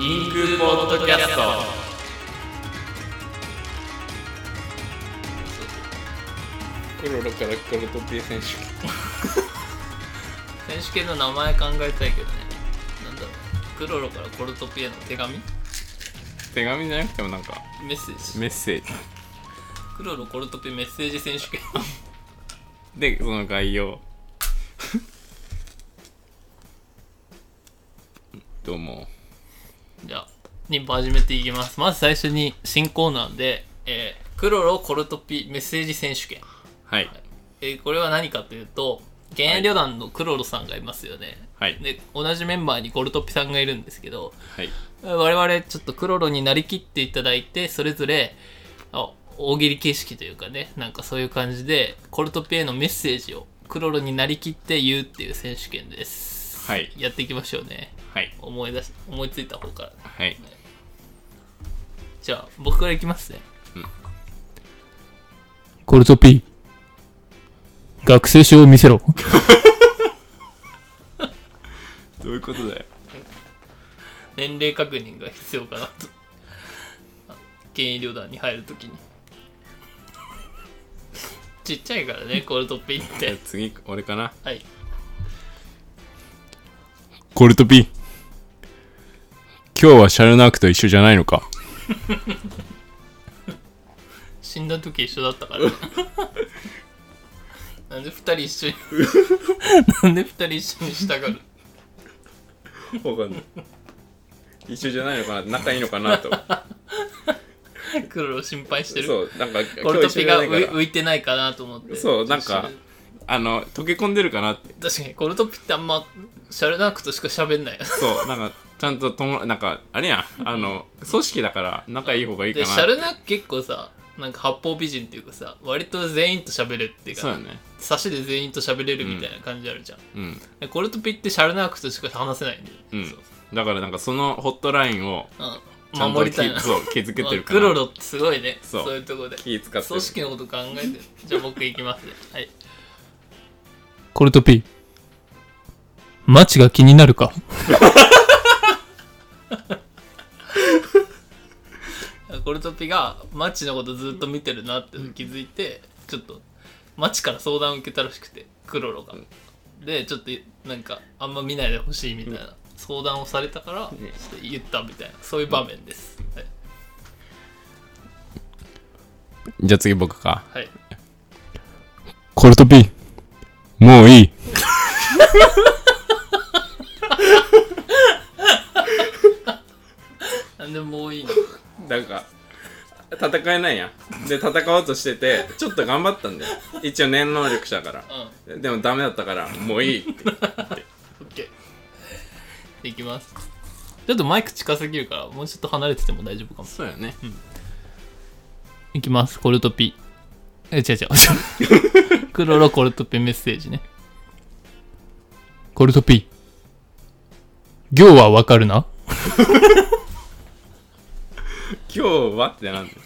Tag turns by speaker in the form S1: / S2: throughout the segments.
S1: 人空ポッドキャスト
S2: コロロからコロトピエ選手
S3: 選手権の名前考えたいけどねなんだろうクロロからコルトピエの手紙
S2: 手紙じゃなくてもなんか
S3: メッセージ
S2: メッセージ
S3: クロロコルトピエメッセージ選手権
S2: でその概要 どうも
S3: じゃあ妊婦始めていきますまず最初に新コーナーで、えークロロコルトピメッセージ選手権、
S2: はい
S3: えーこれは何かというと現役旅団のクロロさんがいますよね、
S2: はい
S3: で同じメンバーにコルトピさんがいるんですけど
S2: はい
S3: 我々ちょっとクロロになりきっていただいてそれぞれあ大喜利形式というかねなんかそういう感じでコルトピエのメッセージをクロロになりきって言うっていう選手権です
S2: はい
S3: やっていきましょうね
S2: はい
S3: 思い出し思いついた方から
S2: はい
S3: じゃあ僕からいきますね
S4: コルトピー。学生証を見せろ。
S2: どういうことだよ
S3: 年齢確認が必要かなとあ現役旅団に入るときにちっちゃいからねコルトピエっ
S2: じゃあ
S3: て
S2: 次俺かな
S3: はい
S2: コルトピ今日はシャルナークと一緒じゃないのか
S3: 死んだ時一緒だ ったからなんで二人一 緒になんで二人一緒にしたがる
S2: わかんない一緒じゃないのかな仲いいのかなと
S3: クロロ心配してる
S2: そうなんか
S3: コ
S2: 今
S3: ル
S2: 日
S3: トピ
S2: 一緒じゃ
S3: が
S2: ないか
S3: 浮い
S2: ら
S3: 浮いてないかなと思って
S2: そうなんかあの溶け込んでるかなって
S3: 確かにコルトピってあんまシャルナークとしか喋ん ない
S2: そう、なんか、ちゃんととも、なんか、あれやん、あの、組織だから、仲いい方がいいか
S3: で
S2: な。
S3: シャルナーク結構さなんか八方美人っていうかさ割と全員と喋るっていう
S2: そう
S3: か
S2: やね。
S3: 差しで全員と喋れるみたいな感じあるじゃん、
S2: うん。
S3: でコルトピってシャルナークとしか話せないんだよ、
S2: うん
S3: そう
S2: だから、なんか、そのホットラインを、ち
S3: う
S2: ゃ
S3: ん、
S2: んと
S3: 守りたい
S2: 気
S3: な
S2: そう、気づけてるか
S3: ク
S2: ら。
S3: ロロってすごいね
S2: そ
S3: そうういうとこで
S2: 気使ってる。
S3: 組織のこと考えてるじゃあ僕いきますねはい
S4: コルトピー。マチが気になるか。
S3: コルトピがマッチのことずっと見てるなって気づいて、ちょっとマッチから相談を受けたらしくてクロロが、でちょっとなんかあんま見ないでほしいみたいな、相談をされたから、ちょっと言ったみたいなそういう場面です、はい
S2: じゃあ次僕か。
S3: はい
S4: コルトピー。もういい。
S3: なんでもういいの
S2: なんか、戦えないやん。で、戦おうとしてて、ちょっと頑張ったんだよ。一応、念能力者から。でも、ダメだったから、もういいって。
S3: OK いきますちょっとマイク近すぎるからもうちょっと離れてても大丈夫かも
S2: そうやね。
S3: いきます、コルトピ。え、違う 違う。クロロコルトピメッセージね。
S4: コルトピー。行はわかるな。
S2: 今日はってなんだよ。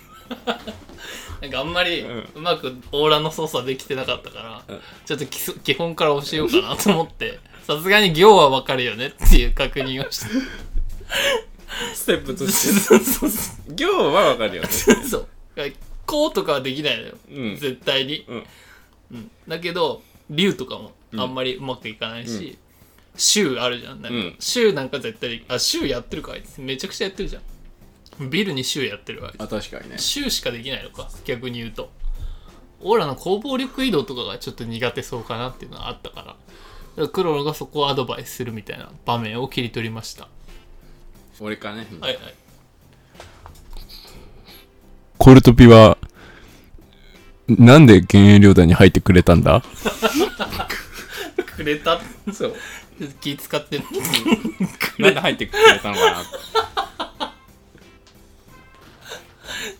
S3: なんかあんまり
S2: ん
S3: うまくオーラの操作できてなかったから、
S2: うん
S3: ちょっと基礎基本から教えようかなと思って、さすがに行はわかるよねっていう確認をして。
S2: ステップとして。
S3: そうそうそ
S2: 今日はわかるよね。
S3: う。 そう。こうとかはできないのよ。
S2: うん
S3: 絶対に。
S2: うん
S3: うんだけど、竜とかもあんまりうまくいかないし、週あるじゃん。なんか
S2: うん
S3: 週なんか絶対でき、あ、週やってるかあいつめちゃくちゃやってるじゃん。ビルに週やってるわあいつ
S2: あ、確かにね。
S3: 週しかできないのか逆に言うとオーラの攻防力移動とかがちょっと苦手そうかなっていうのはあったからだからクロロがそこをアドバイスするみたいな場面を切り取りました
S2: 俺かね。
S3: はいはい
S4: コルトピーは、なんで現役領団に入ってくれたんだ
S3: くれ た
S2: そう。
S3: 気使 ってる
S2: なんで入ってくれたのかなって。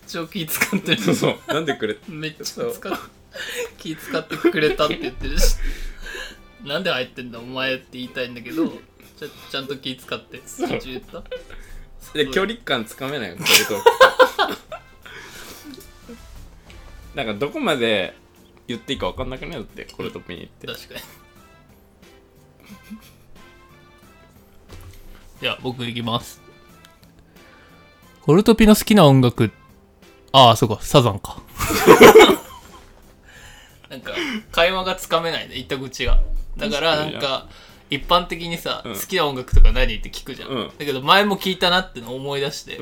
S3: 超気使ってる
S2: そうそう。なんでくれ
S3: めっちゃ使っ気使ってくれたって言ってるしなんで入ってんだお前って言いたいんだけどちゃちゃんと気使って途中言った
S2: で距離感つかめないよこれと なんかどこまで言っていいか分かんなくないだってこれとピにって
S3: 確かに じゃあ僕いきますコルトピの好きな音楽、ああ、そうか、サザンか。 なんか、会話がつかめないね、言った口が。だから、
S2: 確か
S3: な
S2: になん
S3: か、一般的にさ、
S2: ん
S3: 好きな音楽とか何って聞くじゃん。
S2: うん
S3: だけど、前も聞いたなってのを思い出して、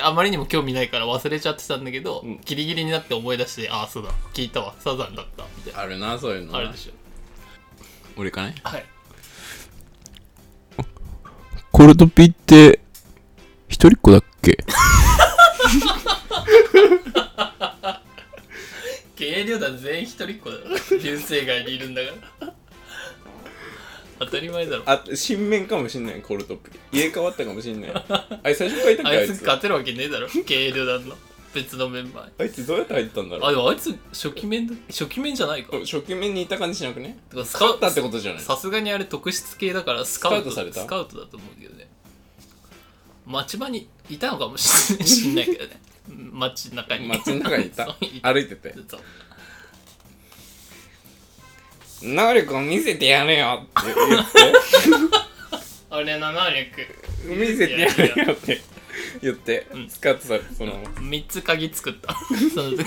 S3: あまりにも興味ないから忘れちゃってたんだけど、ギリギリになって思い出して、ああ、そうだ、聞いたわ、サザンだった、みたいな。
S2: あるなそういうのな
S3: あるでしょ。
S2: 俺かね
S3: はい。
S4: コルトピって、一人っ子だっけ
S3: 軽量団全員一人っ子だろ。流星街にいるんだから。当たり前だろ。
S2: あ新面かもしんないコルトピ入れ替わったかもしんない あれ最初からいたっ
S3: あ
S2: けあ
S3: い
S2: い
S3: つ
S2: つ
S3: 勝てるわけねえだろ。軽量団の別のメンバーに。
S2: あいつどうやって入ったんだろ
S3: あ、
S2: う
S3: でもあいつ初期面だ、初期面じゃないか。
S2: 初期面にいた感じしなくね
S3: てかスカ
S2: 勝
S3: ウ
S2: ったってことじゃない
S3: さすがにあれ特質系だからスカウト
S2: スカウトされた
S3: スカウトだと思うけどね町場にいたのかもしれしんないけどね 街中に
S2: 街の中にい た
S3: そう
S2: 歩いてて
S3: そう
S2: 能力を見せてやれよって
S3: 俺の能力
S2: 言って見せてやれよって言って
S3: ん
S2: スカッとされてその
S3: 3つ鍵作った その時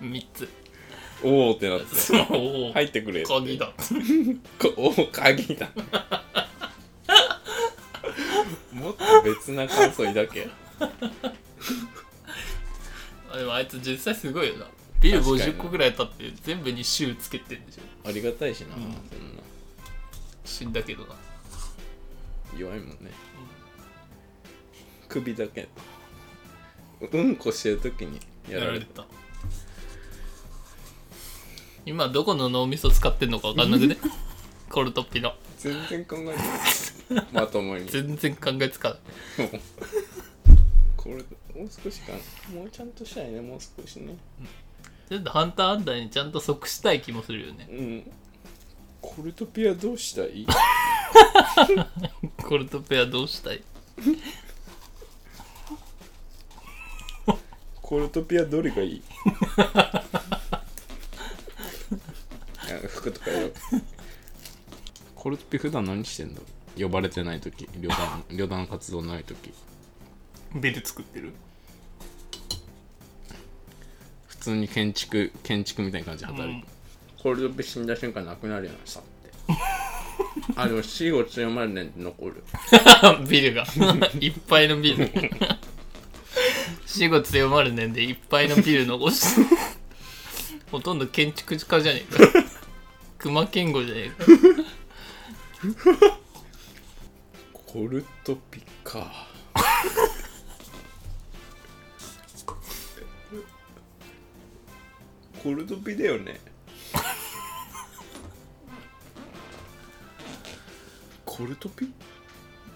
S3: 3つ
S2: おおってなって
S3: そうおお、
S2: 入ってくれって
S3: 鍵だ
S2: こおお鍵 だもっと別な感想抱け
S3: あでもあいつ実際すごいよなビル
S2: 確かに
S3: 50個ぐらい経って全部に週つけてんでしょ
S2: ありがたいしな、そんな
S3: 死んだけどな
S2: 弱いもんね首だけうんこしてる時にや
S3: や
S2: ら
S3: ら
S2: れ
S3: れ
S2: て
S3: た今どこの脳みそ使ってんのか分かんなく ねコルトッピの
S2: 全然考えてないまともに
S3: 全然考えつかない
S2: これもう少しかもうちゃんとしたいねもう少しね
S3: ちょっとハンターハンターにちゃんと即したい気もするよね
S2: うんコルトピアどうしたい
S3: コルトペアどうしたい
S2: コルトピアどれがい いあ服とかよコルトピ普段何してんの呼ばれてない時旅団旅団活動ない時
S3: ビル作ってる
S2: 普通に建築建築みたいな感じで働いて、コールドピ死んだ瞬間なくなるやんさってあでも死後強まるねんって残る
S3: ビルが いっぱいのビル死後強まるねんでいっぱいのビル残してほとんど建築家じゃねえ か熊健吾じゃねえか
S2: コルトピかコルトピだよねコルトピ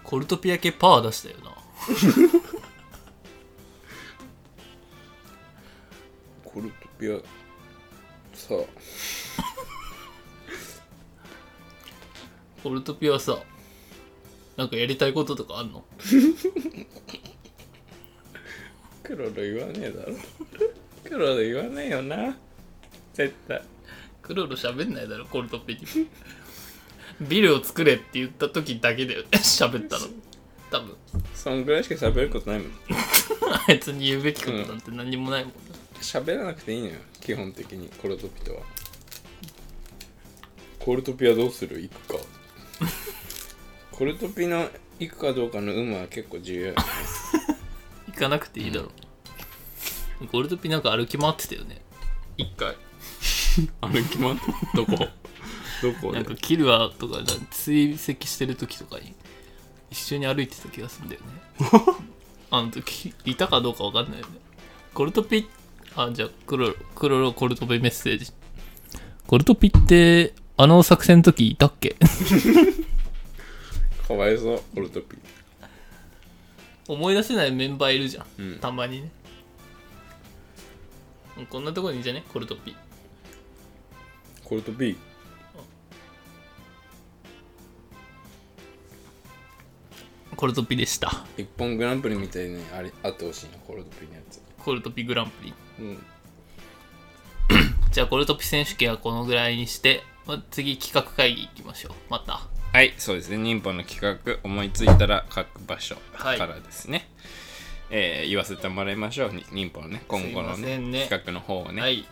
S3: コルトピア系パワー出したよな
S2: コルトピアさあ
S3: コルトピはさなんかやりたいこととかあんの
S2: クロロ言わねえだろクロロ言わねえよな絶対
S3: クロロ喋んないだろコルトピに ビルを作れって言った時だけだよね 喋ったの多分
S2: そんぐらいしか喋ることないもん
S3: あいつに言うべきことなんて何もないもんな、
S2: 喋らなくていいのよ基本的にコルトピとはコルトピはどうする行く かコルトピの行くかどうかの有無は結構重要やね
S3: 行かなくていいだろ、コルトピなんか歩き回ってたよね一回
S2: 歩き回ってどこ どこ
S3: なんかキルアとかだ追跡してる時とかに一緒に歩いてた気がするんだよ ねあの時いたかどうかわかんないよねコルトピあじゃあクロロクロロコルトピメッセージコルトピってあの作戦の時いたっけ
S2: かわいそうコルトピ
S3: 思い出せないメンバーいるじゃん、
S2: うん
S3: たまにねこんなとこにいいんじゃねコルトピ
S2: コルトピ
S3: コルトピでした
S2: 一本グランプリみたいにあれあってほしいなコルトピのやつ
S3: コルトピグランプリ
S2: うん
S3: じゃあコルトピ選手権はこのぐらいにして、まあ、次企画会議行きましょうまた
S2: はいそうですね忍法の企画思いついたら書く場所
S3: はい
S2: からですね、えー言わせてもらいましょうに忍法のね今後の
S3: すいませ
S2: ね
S3: んね
S2: 企画の方をね、
S3: はい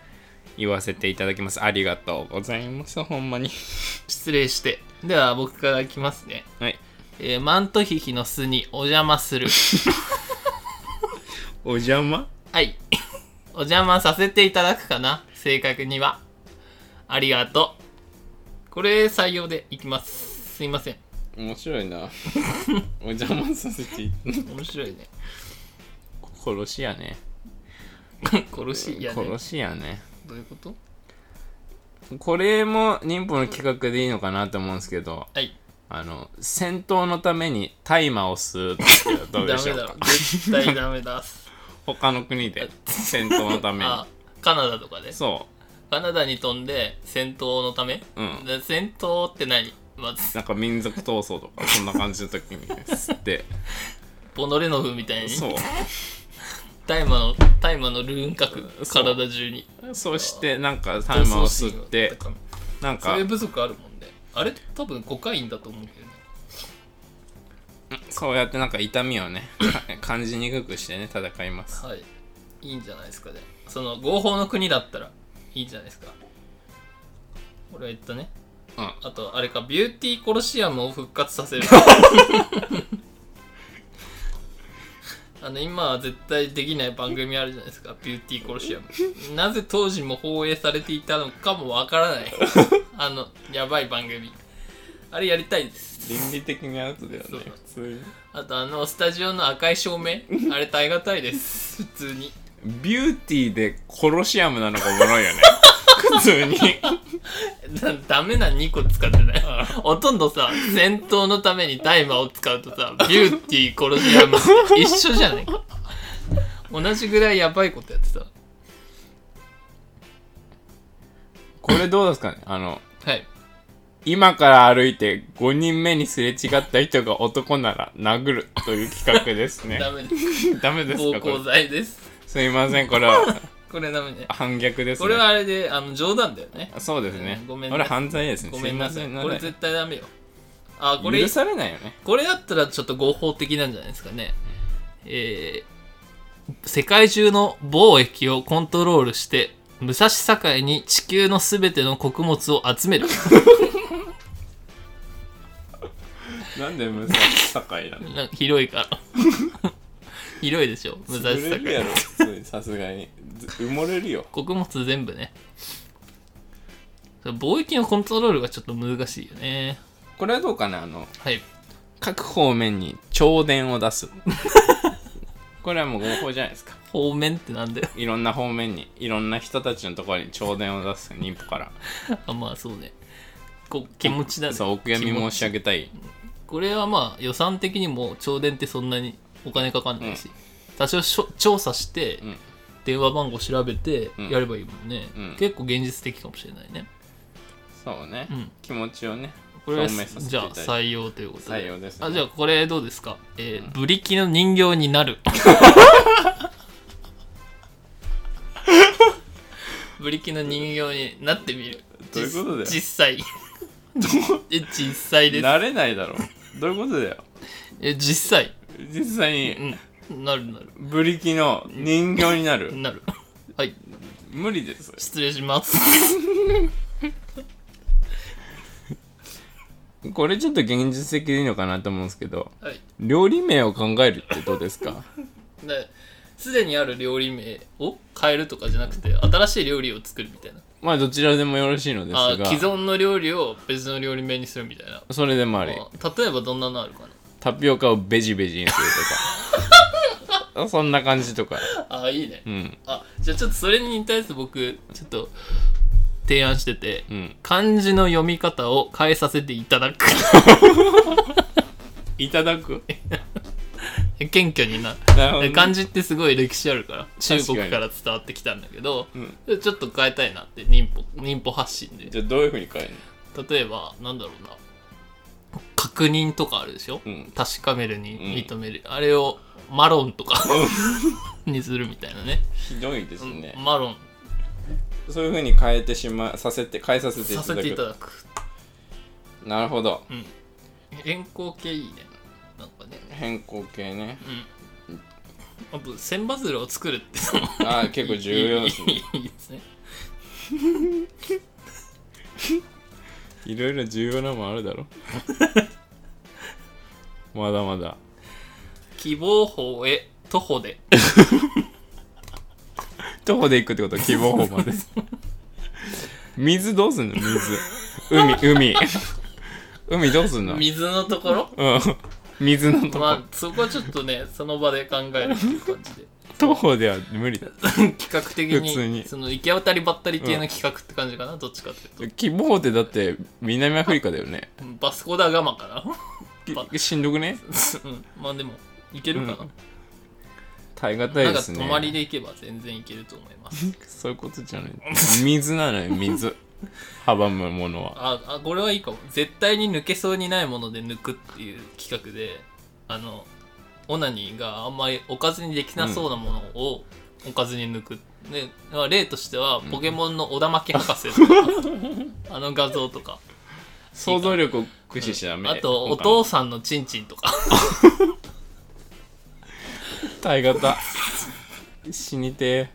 S2: 言わせていただきますありがとうございますほんまに
S3: 失礼してでは僕からいきますね
S2: はい
S3: えーマントヒヒの巣にお邪魔する
S2: お邪魔
S3: はい お邪魔させていただくかな正確にはありがとうこれ採用でいきますすいません
S2: 面白い なお邪魔させてい
S3: 面白いね
S2: 殺しやね
S3: 殺しいやね
S2: 殺しやね
S3: どういうこと
S2: これも忍法の企画でいいのかなと思うんですけど
S3: はい
S2: あの戦闘のために大麻を吸うっていうのはど
S3: ダ
S2: う
S3: メ
S2: でしょう
S3: だ
S2: か
S3: ろ絶対ダメ だ
S2: 他の国で戦闘のために
S3: あカナダとかで
S2: そ
S3: カナダに飛んで戦闘のため、
S2: うん
S3: で戦闘って何ま
S2: う
S3: ず
S2: なんか民族闘争とかそんな感じの時に吸って
S3: ボノレノフみたいに
S2: そう
S3: 大麻の大麻のルーン書く
S2: そう
S3: 体中に
S2: そしてなんか大麻を吸って
S3: 闘争心が
S2: なん
S3: そ
S2: か
S3: れ不足あるもんねあれ多分コカインだと思うけどね
S2: そうやってなんか痛みをね感じにくくしてね戦います
S3: はいいいんじゃないですかねその合法の国だったらいいんじゃないですか俺は言ったね
S2: うん
S3: あとあれかビューティーコロシアムを復活させるあの今は絶対できない番組あるじゃないですかビューティーコロシアムなぜ当時も放映されていたのかもわからないあのやばい番組あれやりたいです
S2: 倫理的にアウトだよね
S3: そう
S2: 普通に
S3: あとあのスタジオの赤い照明あれ耐え難いです普通に
S2: ビューティーでコロシアムなのがおもろい よね普通に
S3: だダメな2個使ってないほとんどさ戦闘のために大麻を使うとさビューティー殺し合うって一緒じゃないか同じぐらいやばいことやってた
S2: これどうですかねあの
S3: はい
S2: 今から歩いて5人目にすれ違った人が男なら殴るという企画ですね
S3: ダメです
S2: ダメです
S3: 暴
S2: かこれ
S3: 行罪です
S2: すいませんこれは
S3: これダメね
S2: 反逆ですね
S3: これはあれであの冗談だよね
S2: そうですね
S3: うん
S2: こ
S3: ごめんな
S2: れ犯罪ですね
S3: ごめんなさ
S2: す
S3: い
S2: ませ
S3: こ
S2: ん
S3: れ絶対ダメよあこれ
S2: 許されないよね
S3: これだったらちょっと合法的なんじゃないですかねえー世界中の貿易をコントロールして武蔵境に地球のすべての穀物を集める
S2: なんで武蔵境なの
S3: なんか広いから 広いでしょ武蔵
S2: 潰れ
S3: 境
S2: るやろ普通にさすがにず埋もれるよ
S3: 穀物全部ね貿易のコントロールがちょっと難しいよね
S2: これはどうかなあの
S3: はい
S2: 各方面に弔電を出すこれはもう合法じゃないですか
S3: 方面ってなんだよ
S2: いろんな方面にいろんな人たちのところに弔電を出す妊婦から
S3: あまあそうねこ気持ちだね
S2: そうお悔やみ申し上げたい
S3: これはまあ予算的にも銚電ってそんなにお金かかんないし、多少しょ調査して、
S2: ん
S3: 電話番号調べて
S2: ん
S3: やればいいもんね、
S2: うん
S3: 結構現実的かもしれないね
S2: そうね、
S3: うん
S2: 気持ちをね
S3: これは
S2: 表明させて
S3: じ
S2: い
S3: ゃあ
S2: ただいて
S3: 採用ということで
S2: 採用ですね
S3: あじゃあこれどうですか、えーブリキの人形に なるブリキの人形になってみる
S2: どういうことだよ
S3: 実際え実際です
S2: なれないだろうどういうことだよ
S3: え実際
S2: 実際に
S3: うんなるなる
S2: ブリキの人形になる
S3: なる はい
S2: 無理です
S3: 失礼し ます
S2: これちょっと現実的でいいのかなと思うんですけど
S3: はい
S2: 料理名を考えるってどうですか
S3: ですでにある料理名を変えるとかじゃなくて新しい料理を作るみたいな
S2: まあどちらでもよろしいのです
S3: あ
S2: が
S3: 既存の料理を別の料理名にするみたいな
S2: それでもあり
S3: あ例えばどんなのあるか
S2: タピオカをベジベジにすると かそんな感じとか
S3: なあいいね、
S2: うん
S3: あじゃあちょっとそれに対して僕ちょっと提案してて、
S2: うん
S3: 漢字の読み方を変えさせていただく
S2: いただく
S3: 謙虚にな
S2: なるほどね
S3: 漢字ってすごい歴史あるから中国
S2: 確
S3: か
S2: から
S3: 伝わってきたんだけど、
S2: ん
S3: ちょっと変えたいなって忍法忍法発信で
S2: じゃあどういうふうに変える
S3: 例えばなんだろうな確認とかあるでしょ、
S2: うん
S3: 確かめるに認める、あれをマロンとか にするみたいなね
S2: ひどいですね、
S3: マロン
S2: そういうふうに変えてしまさせて変えさせてい
S3: さ
S2: た
S3: せ
S2: だく
S3: ていただく
S2: なるほど
S3: 変更系いいねなんかね
S2: 変更系ね、
S3: あと千羽鶴を作るってのも
S5: ああ結構重要ですね
S3: いいですね
S2: いろいろ重要なもんある だろまだまだ
S3: 希望法へ徒歩で
S2: 徒歩で行くってこと希望法まで水どうすんの水海海海どうすんの
S3: 水のところ
S2: うん水のとこ、
S3: まあそこはちょっとねその場で考えるっていう感じで
S2: 徒歩では無理だ
S3: 企画的
S2: 普通に
S3: にその行き当たりばったり系の企画って感じかな、どっちかっていうと
S2: 希望法ってだって南アフリカだよね
S3: うんバスコダガマかな
S2: きしんどくね
S3: うんまあでも行けるかな、
S2: 耐え難い
S3: な
S2: で
S3: んか
S2: す
S3: 泊
S2: ね
S3: まりで行けば全然行けると思います
S2: そういうことじゃない水なのよ水阻むものは
S3: ああこれはいいかも絶対に抜けそうにないもので抜くっていう企画であのオナニーがあんまりおかずにできなそうなものをおかずに抜く、でまあ例としてはポケモンの小田巻博士 とか、あの画像とか
S5: 想像力を駆使しなめ、
S3: あとお父さんのチンチンとか
S2: 耐え難死にて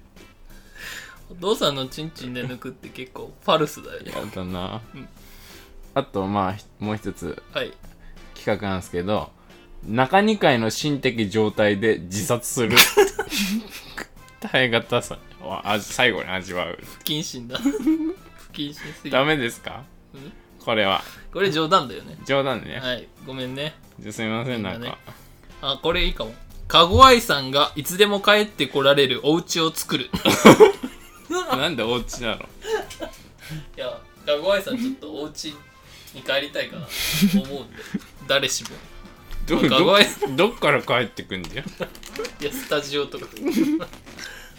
S3: お父さんのチンチンで抜くって結構ファルスだよ
S2: え
S3: ね
S2: やだな
S3: うん
S2: あとまあひもう一つ
S3: はい
S2: 企画なんですけど中2階の心的状態で自殺する耐え難さを味最後に味わう
S3: 不謹慎 だ不謹慎すぎ
S2: ダ
S3: る
S2: メですか
S3: うん
S2: これは
S3: これ冗談だよね
S2: 冗談でね、
S3: はいごめんね
S2: じゃあすみませんなん
S3: みんな
S2: か
S3: ねあこれいいかもかごあいさんがいつでも帰ってこられるお家を作る
S2: なんでお家なの
S3: いやかごあいさんちょっとお家に帰りたいかなと思 うんで誰しも
S2: ど
S3: かごあい
S2: どどっから帰ってくんだよ
S3: いやスタジオとか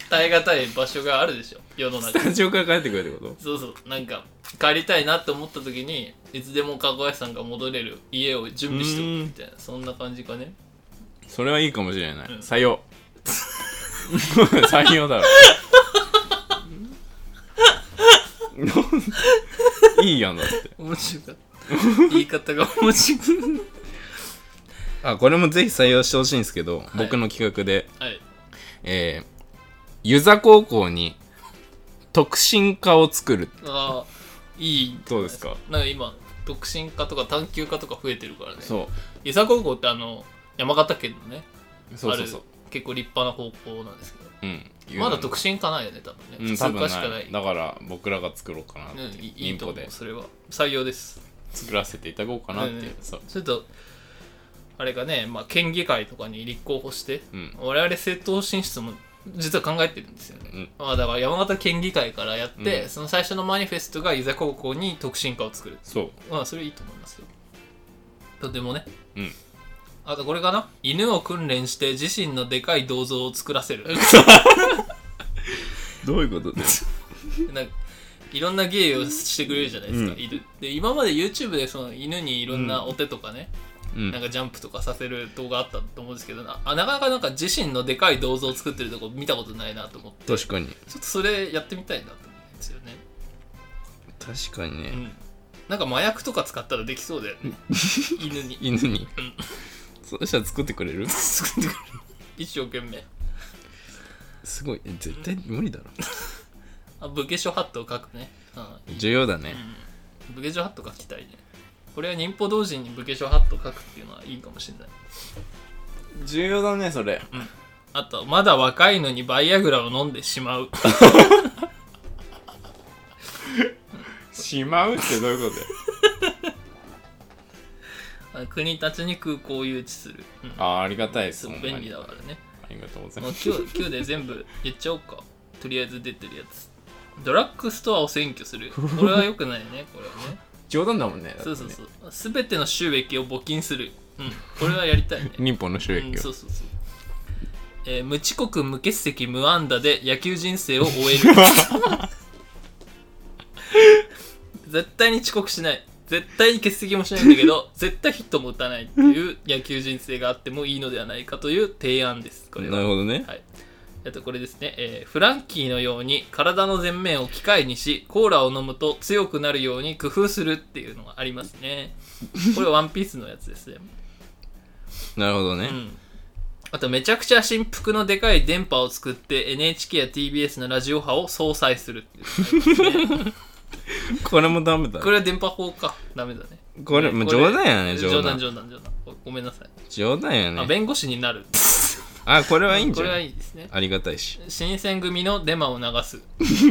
S3: 耐え難い場所があるでしょ世の中
S2: スタジオから帰ってくるってこ
S3: そうそうなんか帰りたいなって思った時にいつでもかごあいさんが戻れる家を準備しておくみたいなそんな感じかね
S2: とそれはいいかもしれない、
S3: うん
S2: 採用採用 だろいいやんだって
S3: 面白かった 言い方が面白か っ
S2: あこれもぜひ採用してほしいんですけど、僕の企画で
S3: たはい
S2: えー、湯座高校に特進科を作る
S3: ああいい
S2: どうですか
S3: なんか今独身科とか探究科とか増えてるからね
S2: そ
S3: 伊佐高校ってあの山形県のね
S2: うそうそうそう
S3: ある結構立派な高校なんですけど
S2: うん
S3: まだ特進科ないよね多分ね、
S2: うん多
S3: 普通科
S2: 分ない
S3: しかない
S2: だから僕らが作ろうかなって
S3: うんいいい
S2: 民
S3: いと
S2: 法
S3: 思う
S2: で
S3: それは採用です
S2: 作らせていただこうかなっていう、
S3: うん
S2: そう
S3: ちょっとあれがね、まあ、県議会とかに立候補して、
S2: うん
S3: 我々政党進出も実は考えてるんですよね、
S2: うん
S3: まあ、だから山形県議会からやって、
S2: うん
S3: その最初のマニフェストが伊佐高校に特進科を作る
S2: そう
S3: まあそれいいと思いますよとてもね
S2: うん
S3: あとこれかな犬を訓練して自身のでかい銅像を作らせ る
S2: どういうことで
S3: なんかいろんな芸をしてくれるじゃないですか、
S2: うん
S3: 犬で今まで YouTube でその犬にいろんなお手とかね、
S2: うん
S3: なんかジャンプとかさせる動画あったと思うんですけどなあなかなかなんか自身のでかい銅像を作ってるとこ見たことないなと思って
S2: 確かに
S3: ちょっとそれやってみたいなと思うんですよね、
S2: 確かにね、
S3: うん、なんか麻薬とか使ったらできそうだよね犬 に
S2: 犬にそうしたら作ってくれる
S3: 作ってくれる一生懸命
S2: すごいえ絶対無理だろ
S3: あ武家書ハットを書くね、う
S2: 重要だね、
S3: ん、武家書ハット書きたいねこれは忍法同時に武家書ハットを書くっていうのはいいかもしれない
S2: 重要だねそれ
S3: あとまだ若いのにバイアグラを飲んでしまう
S2: しまうってどういうことだよ
S3: 国たちに空港を誘致する、うん
S2: あーありがたいです
S3: そう
S2: ほんまに
S3: 便利だからね
S2: ありがとうござい
S3: もう
S2: ます
S3: 今日今日で全部言っちゃおうかとりあえず出てるやつドラッグストアを占拠するこれは良くないねこれ はね
S2: 冗談だもんねだってね
S3: そうそうそう全ての収益を募金する、うん、これはやりたいね
S2: 民法の収
S3: うん
S2: 益
S3: そ
S2: を、
S3: うそうそう、えー無遅刻無欠席無安打で野球人生を終える 絶対に遅刻しない絶対に欠席もしないんだけ ど絶対ヒットも打たないっていう野球人生があってもいいのではないかという提案ですこれ
S2: な
S3: は
S2: るほどね
S3: はいあとこれですね、えーフランキーのように体の前面を機械にしコーラを飲むと強くなるように工夫するっていうのがありますねこれワンピースのやつですね
S2: なるほどね、
S3: うんあとめちゃくちゃ振幅のでかい電波を作って NHK や TBS のラジオ波を相殺するっていう のがありますね
S2: これもダメだ
S3: これは電波法かダメだね
S2: これもう冗談やね冗
S3: 冗談冗
S2: 談
S3: 談冗談ごごめんなさい、
S2: 冗談や
S3: あ
S2: ね
S3: 弁護士になる
S2: あこれはいいんじ
S3: こ
S2: ゃ
S3: れは
S2: ない
S3: いいですね
S2: ありがたいし
S3: 新選組のデマを流す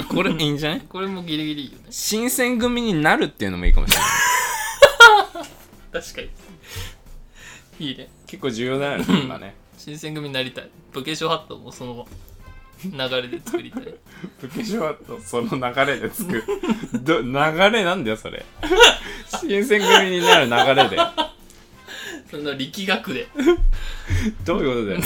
S2: これいいんじゃない
S3: これもギリギリいいよね
S2: 新選組になるっていうのもいいかもしれない
S3: 確かにいいね
S2: 結構重要だよね今ね
S3: 新選組になりたい武家書ハットもその流れで作りたい
S2: 武家賞とその流れでつ くど流れなんだよそれ新選組になる流れで
S3: その力学で
S2: どういうことだよ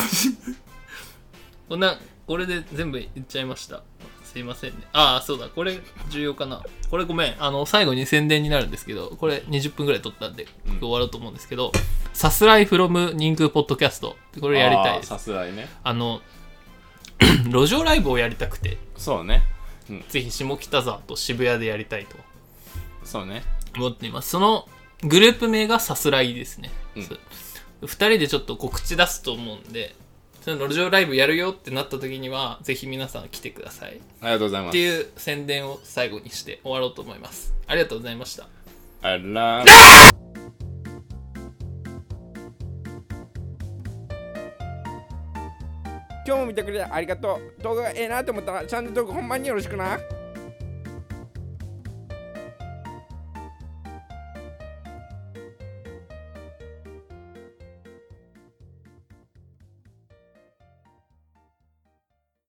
S3: こんなこれで全部言っちゃいましたすいませんねああそうだこれ重要かなこれごめんあの最後に宣伝になるんですけどこれ20分ぐらい撮ったんで今日終わろうと思うんですけど「さすらいフロム人空ポッドキャスト」これやりたいです
S2: さすらいね
S3: あの 路上ライブをやりたくて
S2: そうね
S3: ぜひ下北沢と渋谷でやりたいと
S2: そうね
S3: 思っていますそのグループ名がさすらいですね、
S2: うん
S3: そう二人でちょっと告知出すと思うんでその路上ライブやるよってなった時にはぜひ皆さん来てください
S2: ありがとうござい
S3: っ
S2: ま
S3: て
S2: す
S3: いう宣伝を最後にして終わろうと思いますありがとうございました
S2: あら
S6: 今日も見てくれてありがとう動画がええなと思ったらチャンネル登録ほんまによろしくな